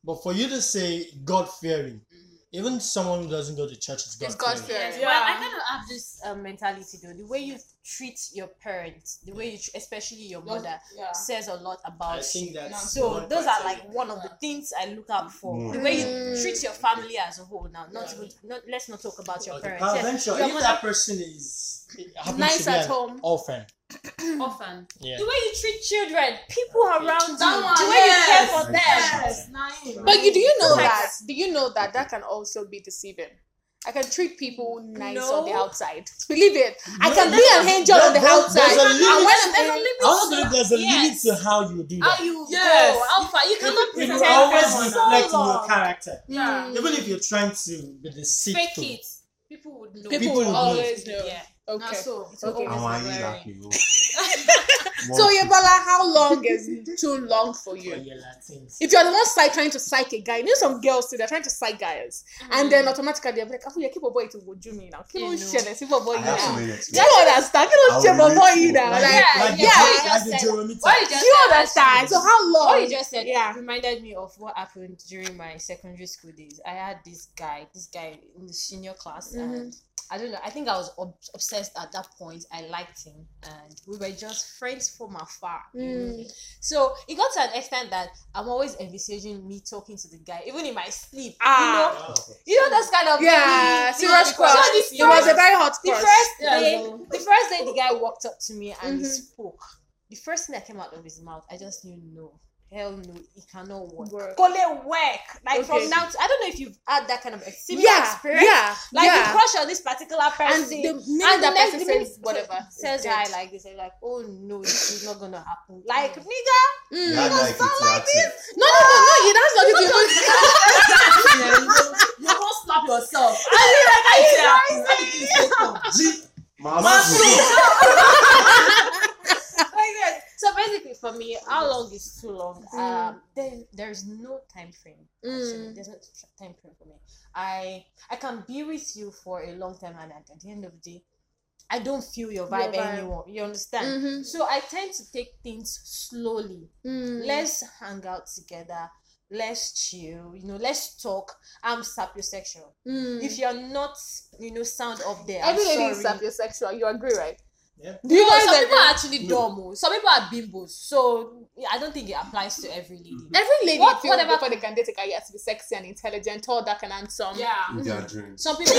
Speaker 5: But for you to say God fearing,
Speaker 2: Mhm.
Speaker 5: even someone who doesn't go to church is
Speaker 1: Mm. It's
Speaker 5: God
Speaker 1: God
Speaker 5: fearing.
Speaker 1: fearing.
Speaker 3: Yeah.
Speaker 2: Well, I kind of have this um, mentality though. The way you treat your parents, the way you, tr- especially your mother,
Speaker 3: yeah.
Speaker 2: says a lot
Speaker 5: I
Speaker 2: about
Speaker 5: think
Speaker 2: you.
Speaker 5: that's
Speaker 2: So
Speaker 5: one
Speaker 2: those are
Speaker 5: criteria.
Speaker 2: like one of the things I look out for.
Speaker 6: Mm.
Speaker 2: The way you
Speaker 1: Mm.
Speaker 2: treat your family as a whole. Now, not
Speaker 3: Yeah.
Speaker 2: even not. Let's not talk about your
Speaker 5: Okay,
Speaker 2: parents.
Speaker 5: I'll
Speaker 2: Yes,
Speaker 5: venture,
Speaker 2: your
Speaker 5: if
Speaker 2: mother-
Speaker 5: that person is happens
Speaker 1: Nice
Speaker 5: to be
Speaker 1: at
Speaker 5: an
Speaker 1: home.
Speaker 5: orphan,
Speaker 2: often.
Speaker 5: yeah.
Speaker 2: The way you treat children, people
Speaker 5: Okay.
Speaker 2: around
Speaker 3: That
Speaker 2: you,
Speaker 3: one,
Speaker 2: the way
Speaker 3: yes.
Speaker 2: you care for them.
Speaker 3: yes na him
Speaker 1: But you do you know
Speaker 6: Like-
Speaker 1: that? Do you know that that can also be deceiving? I can treat people nice on the
Speaker 2: No.
Speaker 1: outside. Believe it. I
Speaker 5: No,
Speaker 1: can
Speaker 5: no,
Speaker 1: be an angel on the
Speaker 5: There- there-
Speaker 1: outside.
Speaker 5: There's a
Speaker 1: And
Speaker 5: limit.
Speaker 1: when
Speaker 2: There's a
Speaker 5: I also believe
Speaker 2: limit.
Speaker 5: there's a
Speaker 2: Yes.
Speaker 5: limit to how you do that.
Speaker 2: How you
Speaker 3: Yes.
Speaker 2: go, how far you cannot
Speaker 5: It
Speaker 2: pretend
Speaker 5: will always
Speaker 2: for so
Speaker 5: reflect in your
Speaker 2: long.
Speaker 5: character,
Speaker 3: yeah
Speaker 1: Mm.
Speaker 5: even if you're trying to be deceitful.
Speaker 2: Fake it. People would know.
Speaker 1: people,
Speaker 5: People
Speaker 1: will
Speaker 5: will
Speaker 1: always know.
Speaker 2: Yeah.
Speaker 1: Okay.
Speaker 2: Now, so it's
Speaker 1: Okay.
Speaker 6: How are
Speaker 2: always
Speaker 6: you
Speaker 2: wearing.
Speaker 6: lucky?
Speaker 1: So Yebola, how long is too long for
Speaker 5: for
Speaker 1: you?
Speaker 5: (laughs) your Latins.
Speaker 1: If you're the one side trying to psych a guy, you know some girls too, they're trying to psych guys. And then automatically they're like, oh yeah, keep a boy to Woju me now. Keep
Speaker 2: You
Speaker 1: on
Speaker 2: know.
Speaker 1: sharing, keep a boy
Speaker 6: I
Speaker 1: you
Speaker 6: have
Speaker 1: now.
Speaker 6: to
Speaker 1: Do you understand? You
Speaker 6: I
Speaker 1: don't
Speaker 6: will
Speaker 1: shame a boy
Speaker 6: relate to
Speaker 1: you
Speaker 6: it.
Speaker 1: now.
Speaker 5: Like,
Speaker 1: Like,
Speaker 2: Yeah,
Speaker 5: like the
Speaker 1: yeah,
Speaker 5: Jer-
Speaker 2: you
Speaker 5: like
Speaker 2: just
Speaker 5: the
Speaker 2: said.
Speaker 5: Jeromita.
Speaker 2: What you
Speaker 1: do
Speaker 2: just
Speaker 1: you
Speaker 2: said
Speaker 1: understand?
Speaker 2: actually-
Speaker 1: So how long?
Speaker 2: What you just said
Speaker 1: Yeah.
Speaker 2: reminded me of what happened during my secondary school days. I had this guy, this guy in the senior class,
Speaker 1: Mm-hmm.
Speaker 2: and I don't know. I think I was ob- obsessed at that point. I liked him, and we were just friends from afar. you know.
Speaker 1: Mm.
Speaker 2: So it got to an extent that I'm always envisaging me talking to the guy, even in my sleep.
Speaker 1: Ah.
Speaker 2: You know,
Speaker 5: Wow.
Speaker 2: you know those kind of
Speaker 1: Yeah,
Speaker 2: things.
Speaker 1: serious
Speaker 2: So the
Speaker 1: crush.
Speaker 2: first-
Speaker 1: It was a very hot
Speaker 2: the
Speaker 1: crush.
Speaker 2: first
Speaker 3: Yeah,
Speaker 2: day,
Speaker 3: so-
Speaker 2: the first day the guy walked up to me and he
Speaker 1: Mhm.
Speaker 2: spoke. The first thing that came out of his mouth, I just knew no. hell no, it cannot work.
Speaker 1: Work.
Speaker 2: Call it work. Like
Speaker 1: Okay.
Speaker 2: from now, to, I don't know if you've had that kind of ex- similar
Speaker 1: yeah,
Speaker 2: experience.
Speaker 1: yeah,
Speaker 2: Like you
Speaker 1: yeah.
Speaker 2: crush on this particular person,
Speaker 1: and the minute that
Speaker 2: next-
Speaker 1: person
Speaker 2: the minute-
Speaker 1: says whatever,
Speaker 2: (laughs) says
Speaker 1: it's
Speaker 2: hi
Speaker 1: dead.
Speaker 2: like this, and like, oh no, this is not gonna happen. Like nigga,
Speaker 1: Mm.
Speaker 6: You had like it, you had it.
Speaker 1: No, no, no, no. It has (laughs) nothing to do.
Speaker 3: Yeah, you go- you go slap yourself.
Speaker 1: (laughs)
Speaker 3: I mean, like, I
Speaker 2: (laughs)
Speaker 6: Masu.
Speaker 2: like that. So basically, for me, how long is too long? Um, then there's no time frame. Actually,
Speaker 1: Mm.
Speaker 2: there's no t- time frame for me. I I can be with you for a long time, and at the end of the day, I don't feel your vibe, Mm.
Speaker 1: Your vibe.
Speaker 2: anymore. You understand?
Speaker 1: Mhm.
Speaker 2: So I tend to take things slowly.
Speaker 1: Mm.
Speaker 2: Let's hang out together. Let's chill. You know, let's talk. I'm sapiosexual.
Speaker 1: Mm.
Speaker 2: If you're not, you know, sound up there, I'm
Speaker 1: Every lady is
Speaker 2: sorry.
Speaker 1: sapiosexual. You agree, right?
Speaker 5: Yeah.
Speaker 1: Do you
Speaker 2: No,
Speaker 1: guys
Speaker 2: some
Speaker 1: agree?
Speaker 2: people are actually
Speaker 6: No.
Speaker 2: dumb. oh. Some people are bimbos. So I don't think it applies to every lady.
Speaker 1: Every lady
Speaker 2: What-
Speaker 1: feels
Speaker 2: whatever-
Speaker 1: before they can date a guy, he has to be sexy and intelligent, tall, dark, and handsome.
Speaker 3: Yeah.
Speaker 6: In their dreams.
Speaker 2: Some people.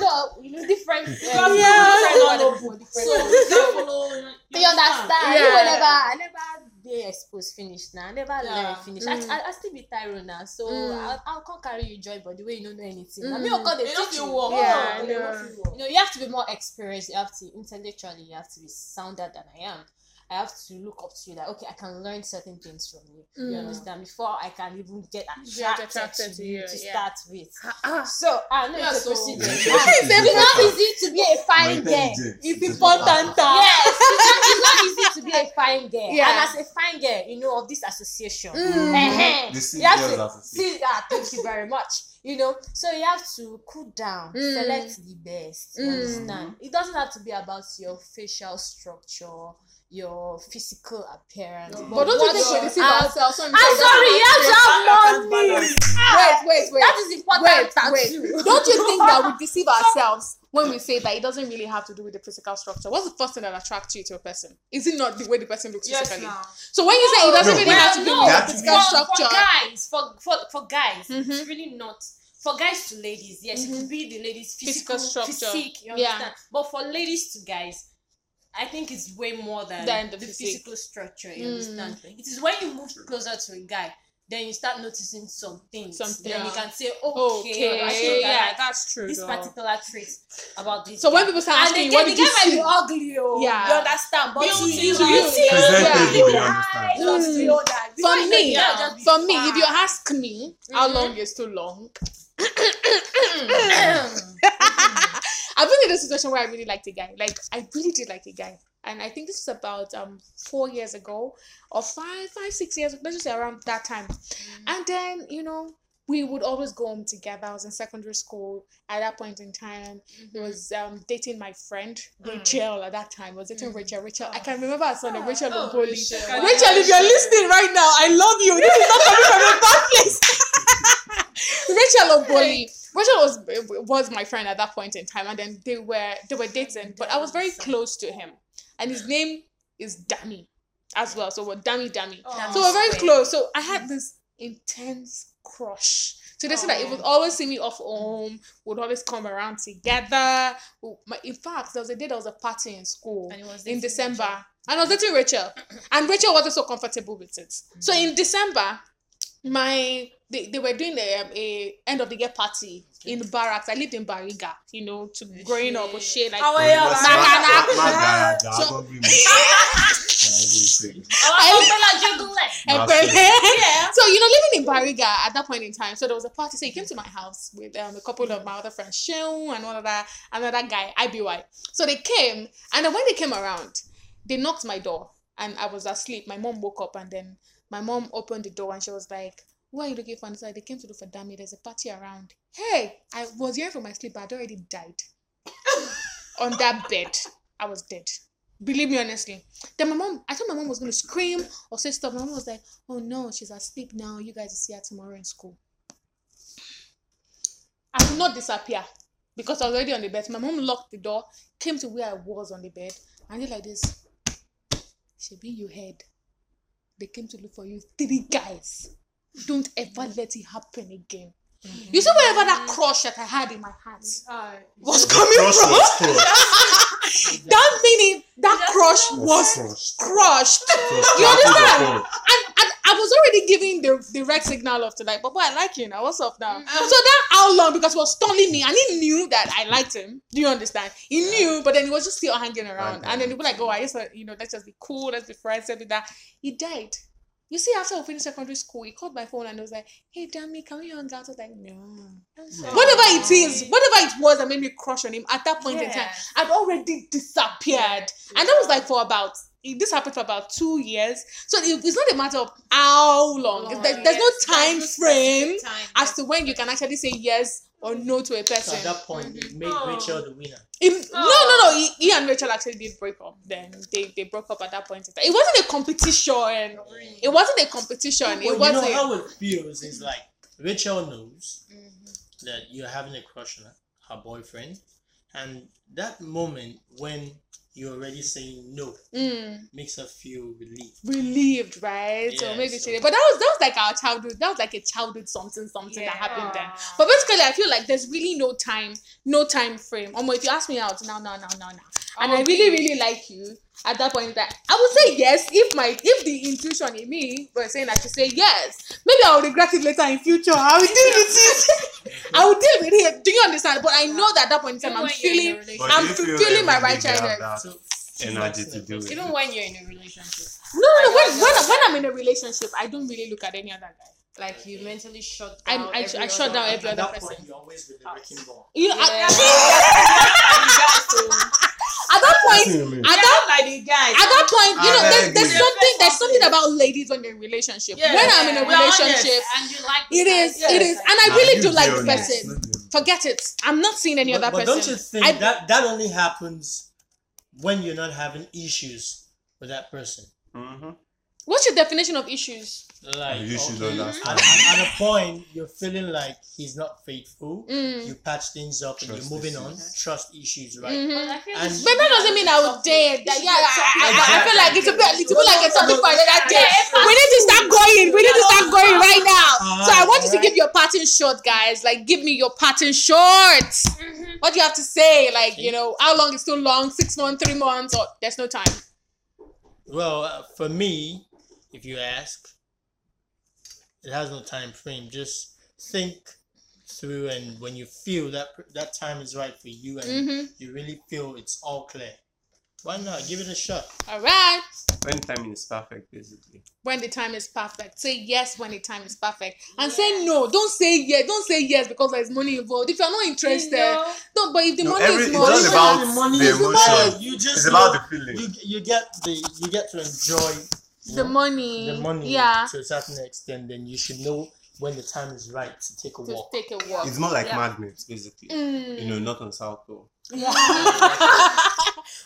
Speaker 2: no, you know, different. um,
Speaker 3: Because we
Speaker 2: different
Speaker 3: don't
Speaker 2: people, different
Speaker 3: So
Speaker 2: people.
Speaker 3: you don't follow. you
Speaker 2: They understand.
Speaker 1: Yeah.
Speaker 2: I never, I never be exposed finish now. I never
Speaker 3: Yeah.
Speaker 2: learn finish.
Speaker 1: Mm.
Speaker 2: I, I, I still be tired now, so
Speaker 1: Mm.
Speaker 2: I'll, I'll come carry you joy, but the way you don't know anything. I
Speaker 1: Mm.
Speaker 2: mean, of course, they
Speaker 3: They don't
Speaker 2: teach you.
Speaker 3: feel warm.
Speaker 1: Yeah,
Speaker 3: Oh,
Speaker 1: I
Speaker 3: they
Speaker 1: know.
Speaker 3: don't feel warm.
Speaker 2: you know you have to be more experienced you have to intellectually you have to be sounder than i am i have to look up to you like okay i can learn certain things from you you
Speaker 1: Mm.
Speaker 2: understand before i can even
Speaker 1: Get
Speaker 2: get attracted,
Speaker 1: attracted
Speaker 2: to
Speaker 1: to
Speaker 2: you
Speaker 1: you,
Speaker 2: to
Speaker 1: yeah.
Speaker 2: start with
Speaker 1: Ah,
Speaker 2: so i know
Speaker 3: Yeah,
Speaker 2: it's a
Speaker 3: so-
Speaker 2: procedure
Speaker 6: Yeah.
Speaker 2: (laughs) it's
Speaker 6: It's
Speaker 2: not easy to be a fine
Speaker 6: My
Speaker 2: girl
Speaker 6: intelligence.
Speaker 1: It's
Speaker 6: It's
Speaker 1: important.
Speaker 6: important.
Speaker 2: yes it's not, it's not easy to be a fine girl
Speaker 1: Yeah.
Speaker 2: and as a fine girl you know of this association
Speaker 1: Mm.
Speaker 2: Ehen.
Speaker 6: The sea
Speaker 2: You have
Speaker 6: girls
Speaker 2: to-
Speaker 6: association.
Speaker 2: see ah, thank you very much you know so you have to cool down
Speaker 1: Mm.
Speaker 2: select the best you
Speaker 1: Mm.
Speaker 2: understand it doesn't have to be about your facial structure your physical appearance
Speaker 1: But don't you
Speaker 2: what
Speaker 1: think we
Speaker 2: your-
Speaker 1: deceive
Speaker 2: Ah,
Speaker 1: ourselves? Sometimes
Speaker 2: I'm sorry, you have to have
Speaker 3: Balance, balance.
Speaker 2: money.
Speaker 1: Wait, wait, wait.
Speaker 2: That is important.
Speaker 1: wait,
Speaker 2: tattoo.
Speaker 1: wait. Don't you think that we
Speaker 2: (laughs)
Speaker 1: deceive ourselves when we say that it doesn't really have to do with the physical structure? What's the first thing that attracts you to a person? Is it not the way the person looks
Speaker 3: Yes,
Speaker 1: physically?
Speaker 3: now.
Speaker 1: So when you say it doesn't
Speaker 6: No.
Speaker 1: really have to do
Speaker 2: No,
Speaker 1: with
Speaker 6: That
Speaker 1: the
Speaker 6: is-
Speaker 1: physical
Speaker 2: for, for
Speaker 1: structure,
Speaker 2: guys, for for, for guys, it's
Speaker 1: Mhm.
Speaker 2: really not. For guys to ladies, yes, it could be the ladies' physical,
Speaker 1: Mm-hmm. Physical structure.
Speaker 2: physique, you
Speaker 1: Yeah.
Speaker 2: understand? But for ladies to guys, I think it's way more than,
Speaker 1: Than the physique.
Speaker 2: physical structure, you
Speaker 1: Mm.
Speaker 2: understand? It is when you move closer to a guy, then you start noticing some things.
Speaker 1: Some
Speaker 2: Then you
Speaker 1: things.
Speaker 2: can say,
Speaker 1: okay,
Speaker 2: okay, actually, I like
Speaker 1: that's true.
Speaker 2: this
Speaker 1: though.
Speaker 2: particular trait about this.
Speaker 1: So when
Speaker 2: guy.
Speaker 1: people start
Speaker 2: and
Speaker 1: asking
Speaker 2: again,
Speaker 1: you, what
Speaker 2: the
Speaker 1: did
Speaker 2: guy
Speaker 1: you
Speaker 2: might be
Speaker 1: see?
Speaker 2: ugly, oh,
Speaker 1: Yeah.
Speaker 2: you understand? But
Speaker 3: Beauty,
Speaker 2: you, you,
Speaker 3: beauty.
Speaker 2: you see,
Speaker 1: Yeah.
Speaker 6: Presentable, you
Speaker 2: I
Speaker 6: understand.
Speaker 2: love
Speaker 1: Mm.
Speaker 2: Fiona. Because
Speaker 1: for
Speaker 2: it's
Speaker 1: me,
Speaker 2: like, yeah, just be
Speaker 1: for me, if you
Speaker 2: fine.
Speaker 1: ask me how
Speaker 2: Mhm.
Speaker 1: long is too long, I've been in a situation where I really liked a guy. Like I really did like a guy, and I think this is about um four years ago or five, five, six years. Let's just say around that time. And then you know we would always go home together. I was in secondary school at that point in time. He was um dating my friend Rachel at that time. I was dating Rachel. Rachel, I can remember I saw the Rachel
Speaker 3: Oh,
Speaker 1: Ogoli.
Speaker 3: Rachel.
Speaker 1: Rachel, if you're listening right now, I love you. This is not coming from a bad place. (laughs) Rachel Oboli. Rachel was was my friend at that point in time, and then they were they were dating, but I was very close to him, and his name is Danny as well. So we're Danny Danny.
Speaker 3: Oh.
Speaker 1: So we're very close. So I
Speaker 2: Mm.
Speaker 1: had this intense crush. So they said that it
Speaker 2: Oh.
Speaker 1: would always see me off home, would always come around together. We- my- In fact, there was a day there was a party in school
Speaker 2: And it was
Speaker 1: in
Speaker 2: this
Speaker 1: December. And I was dating
Speaker 2: (clears throat)
Speaker 1: Rachel. And Rachel wasn't so comfortable with it. So
Speaker 2: Mm.
Speaker 1: in December, my they, they were doing a, um, a end of the year party in barracks. I lived in Bariga, you know, to growing up with shit like
Speaker 3: Our yaba.
Speaker 1: Ma- Banana.
Speaker 6: Magara,
Speaker 1: So-
Speaker 7: Oh,
Speaker 2: Our umbrella juggle leg.
Speaker 1: Ebele. (laughs) So you know, living in Bariga at that point in time, so there was a party. So he came to my house with um, a couple of my other friends, Sheun and another another guy, IBY. So they came, and then when they came around, they knocked my door, and I was asleep. My mom woke up, and then my mom opened the door, and she was like. What are you looking for? And so they came to look for Dami. There's a party around. Hey, I was hearing from my sleep, but I'd already died. (laughs) On that bed, I was dead. Believe me, honestly. Then my mom, I thought my mom was going to scream or say stuff. My mom was like, oh no, she's asleep now. You guys will see her tomorrow in school. I did not disappear because I was already on the bed. My mom locked the door, came to where I was on the bed, and did like this. She be you head. They came to look for you. Three guys. Don't ever let it happen again. You see, wherever that crush that I had in my heart
Speaker 3: Alright.
Speaker 1: was coming from, that minute, that
Speaker 3: Just
Speaker 1: crush was
Speaker 6: crushed.
Speaker 1: crushed.
Speaker 6: Crushed.
Speaker 1: You understand?
Speaker 6: Crushed.
Speaker 1: And, and I was already giving the the red signal of to like, Baba, I like you now. What's up now? So that how long? Because he was stalling me, and he knew that I liked him. Do you understand? He knew, but then he was just still hanging around.
Speaker 6: Okay.
Speaker 1: And then he was like, "Oh, I just uh, you know, let's just be cool, let's be friends, let's be that." He died. You see, after I finished secondary school, he called my phone and was like, "Hey, Dami, can we hang out?" I was like, "No." Whatever it is, whatever it was that made me crush on him at that point in time, I'd already disappeared. And that was like for about, this happened for about two years. So it, it's not a matter of how long.
Speaker 2: Long.
Speaker 1: There- there's no
Speaker 7: Yes,
Speaker 1: time
Speaker 7: there's no
Speaker 1: frame
Speaker 7: specific time.
Speaker 1: as to when you can actually say yes or no to a
Speaker 5: So at
Speaker 1: person.
Speaker 5: that point, you made
Speaker 3: Oh.
Speaker 5: Rachel the winner.
Speaker 1: If- No, no, no. He, he and Rachel actually did break up then. They, they broke up at that point in time. It wasn't a competition. It wasn't a competition. It
Speaker 5: Well, you
Speaker 1: was
Speaker 5: know
Speaker 1: a
Speaker 5: how it feels is like Rachel knows
Speaker 2: Mm-hmm.
Speaker 5: that you're having a crush on her, her boyfriend, and that moment when you're already saying no
Speaker 1: Mm,
Speaker 5: makes her feel relieved.
Speaker 1: relieved, right? so
Speaker 5: Yeah,
Speaker 1: maybe
Speaker 5: so-
Speaker 1: she did. But that was that was like our childhood. That was like a childhood something something that happened then. But basically, I feel like there's really no time, no time frame. Omo, if you ask me out now, now, now, now, now, and I really, really like you at that point, that I would say yes if my if the intuition in me were saying I should say yes. Maybe I'll regret it later in future. I will deal with it. (laughs) I will deal with it. Do you understand? But I know that at that point in time, I'm feeling.
Speaker 6: But
Speaker 1: I'm
Speaker 6: you feel
Speaker 1: fulfilling my
Speaker 6: every
Speaker 1: right
Speaker 6: day you have
Speaker 1: childhood.
Speaker 6: that
Speaker 5: So
Speaker 6: Energy to do it.
Speaker 7: Even when you're in a relationship,
Speaker 1: No, no, no.
Speaker 7: I know, I
Speaker 1: When, when,
Speaker 7: know.
Speaker 1: when I'm in a relationship, I don't really look at any other guy.
Speaker 7: like you mentally shut
Speaker 1: I-
Speaker 7: down.
Speaker 1: I-
Speaker 7: every
Speaker 1: I shut
Speaker 7: other
Speaker 1: down
Speaker 7: aspect.
Speaker 1: every
Speaker 5: at
Speaker 1: other
Speaker 5: that
Speaker 1: person.
Speaker 5: point, you're always with the wrecking ball.
Speaker 1: You know,
Speaker 7: Yeah.
Speaker 1: at, at that point, at that
Speaker 3: like the guy.
Speaker 1: at that point, you know,
Speaker 6: I
Speaker 1: there's, there's
Speaker 6: agree.
Speaker 1: something there's something about ladies when they're in relationship.
Speaker 3: Yeah.
Speaker 1: When I'm in a
Speaker 3: We are honest.
Speaker 1: relationship,
Speaker 7: and you like
Speaker 1: it is,
Speaker 3: Yes.
Speaker 1: it is, and I
Speaker 6: Nah,
Speaker 1: really
Speaker 6: you
Speaker 1: do
Speaker 6: be
Speaker 1: like the
Speaker 6: honest.
Speaker 1: person.
Speaker 6: Let them-
Speaker 1: Forget it. I'm not seeing any
Speaker 5: But,
Speaker 1: other
Speaker 5: but
Speaker 1: person.
Speaker 5: don't you think
Speaker 1: I-
Speaker 5: that that only happens when you're not having issues with that person?
Speaker 6: Mhm.
Speaker 1: What's your definition of issues?
Speaker 5: Like
Speaker 6: You should
Speaker 5: okay,
Speaker 6: understand.
Speaker 5: at, at- at a point you're feeling like he's not faithful.
Speaker 1: Mm.
Speaker 5: You patch things up and
Speaker 6: Trust
Speaker 5: you're moving on.
Speaker 6: issues.
Speaker 5: Trust issues, right?
Speaker 1: Mhm.
Speaker 7: But I feel
Speaker 1: (laughs)
Speaker 5: And-
Speaker 7: it's-
Speaker 1: But that doesn't mean I would date. That yeah, I, I, I, I feel like it's a bit, it's a bit like a topic for another day. We need to start going. We need to start going right now. So I want you to give your pattern short, guys. Like, give me your pattern short. What do you have to say? Like, you know, how long is too long? Six months, three months, or there's no time. Mm-hmm.
Speaker 5: Well, uh, for me, if you ask, it has no time frame. Just think through, and when you feel that that time is right for you, and
Speaker 1: Mm-hmm.
Speaker 5: you really feel it's all clear, why not give it a shot?
Speaker 1: All right.
Speaker 6: When timing is perfect, basically.
Speaker 1: When the time is perfect, say yes when the time is perfect, and say no. Don't say yes. Don't say yes because there's money involved. If you're not interested, don't. But if the
Speaker 6: No,
Speaker 1: money
Speaker 6: every-
Speaker 1: is
Speaker 6: it's
Speaker 1: more,
Speaker 6: all
Speaker 1: it's
Speaker 6: about
Speaker 1: not-
Speaker 6: the
Speaker 5: money,
Speaker 6: the
Speaker 5: it's
Speaker 6: emotion.
Speaker 5: You just
Speaker 6: It's about the
Speaker 5: know-
Speaker 6: feeling.
Speaker 5: you, you get the you get to enjoy you
Speaker 1: the
Speaker 5: know,
Speaker 1: money.
Speaker 5: the money
Speaker 1: Mm, Yeah.
Speaker 5: to a certain extent. Then you should know when the time is right to take a
Speaker 1: to
Speaker 5: walk.
Speaker 1: take a walk. Mm.
Speaker 6: It's more like
Speaker 7: Yeah.
Speaker 6: Mad Men, basically. You
Speaker 1: (laughs)
Speaker 6: know, not on South Pole.
Speaker 1: What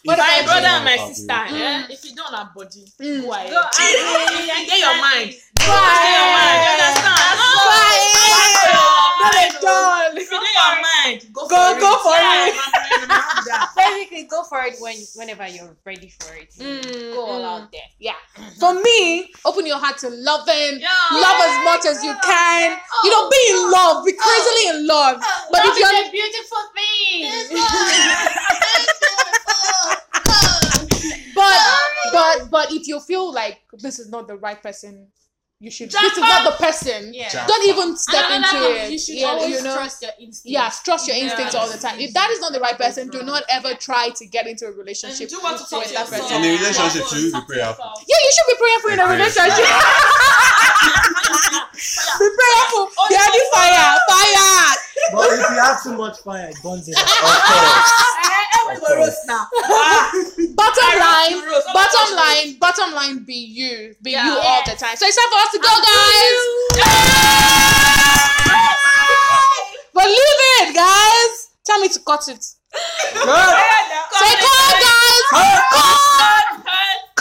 Speaker 3: my
Speaker 1: about
Speaker 3: brother
Speaker 6: you?
Speaker 3: and my
Speaker 6: Mm.
Speaker 3: sister. Eh? If you don't have body,
Speaker 1: Mm.
Speaker 3: go ahead.
Speaker 7: Go ahead.
Speaker 3: and get your mind. Get your mind.
Speaker 1: Bye.
Speaker 3: You understand? If you get your mind, go,
Speaker 1: Go-
Speaker 3: for
Speaker 1: go
Speaker 3: it.
Speaker 1: for
Speaker 3: Yeah,
Speaker 1: it.
Speaker 3: man, man, man, man.
Speaker 7: Basically, go for it when whenever you're ready for it.
Speaker 1: Mm,
Speaker 7: Go all
Speaker 1: mm.
Speaker 7: out there.
Speaker 1: For me, open your heart to loving.
Speaker 7: Yeah.
Speaker 1: Love as much as you
Speaker 7: Oh,
Speaker 1: can. You know, be in love. Be crazily in love. But
Speaker 7: Love
Speaker 1: if you're
Speaker 7: is a beautiful thing.
Speaker 1: but but but if you feel like this is not the right person, you should. This is not the person.
Speaker 7: Yeah.
Speaker 6: Jack-
Speaker 1: Don't even step
Speaker 7: And
Speaker 1: into
Speaker 7: another thing,
Speaker 1: it.
Speaker 7: You should
Speaker 1: Yeah,
Speaker 7: always
Speaker 1: you know?
Speaker 7: trust your instincts.
Speaker 1: Yeah, trust your instincts
Speaker 7: Yeah.
Speaker 1: all the time. If that is not the right person, do not ever try to get into a relationship
Speaker 3: And do what to
Speaker 1: with
Speaker 3: talk to
Speaker 1: that
Speaker 3: yourself.
Speaker 1: person.
Speaker 6: In a relationship, should you be prayerful?
Speaker 1: Yeah, you should be prayerful in a
Speaker 6: Agree.
Speaker 1: relationship. (laughs) be prayerful. They are the fire, fire.
Speaker 5: But if you have too much fire, it burns it. out.
Speaker 6: Of course.
Speaker 3: Eh, (laughs) everybody
Speaker 6: Okay.
Speaker 3: roast now. Ah,
Speaker 1: Bottom line,
Speaker 3: roast, roast.
Speaker 1: bottom line, bottom line. Be you, be
Speaker 7: Yeah.
Speaker 1: you all the time. So it's time for us to go, guys. (laughs) But leave it, guys. Tell me to cut it.
Speaker 3: Yeah, now.
Speaker 1: Say, call, guys. Call.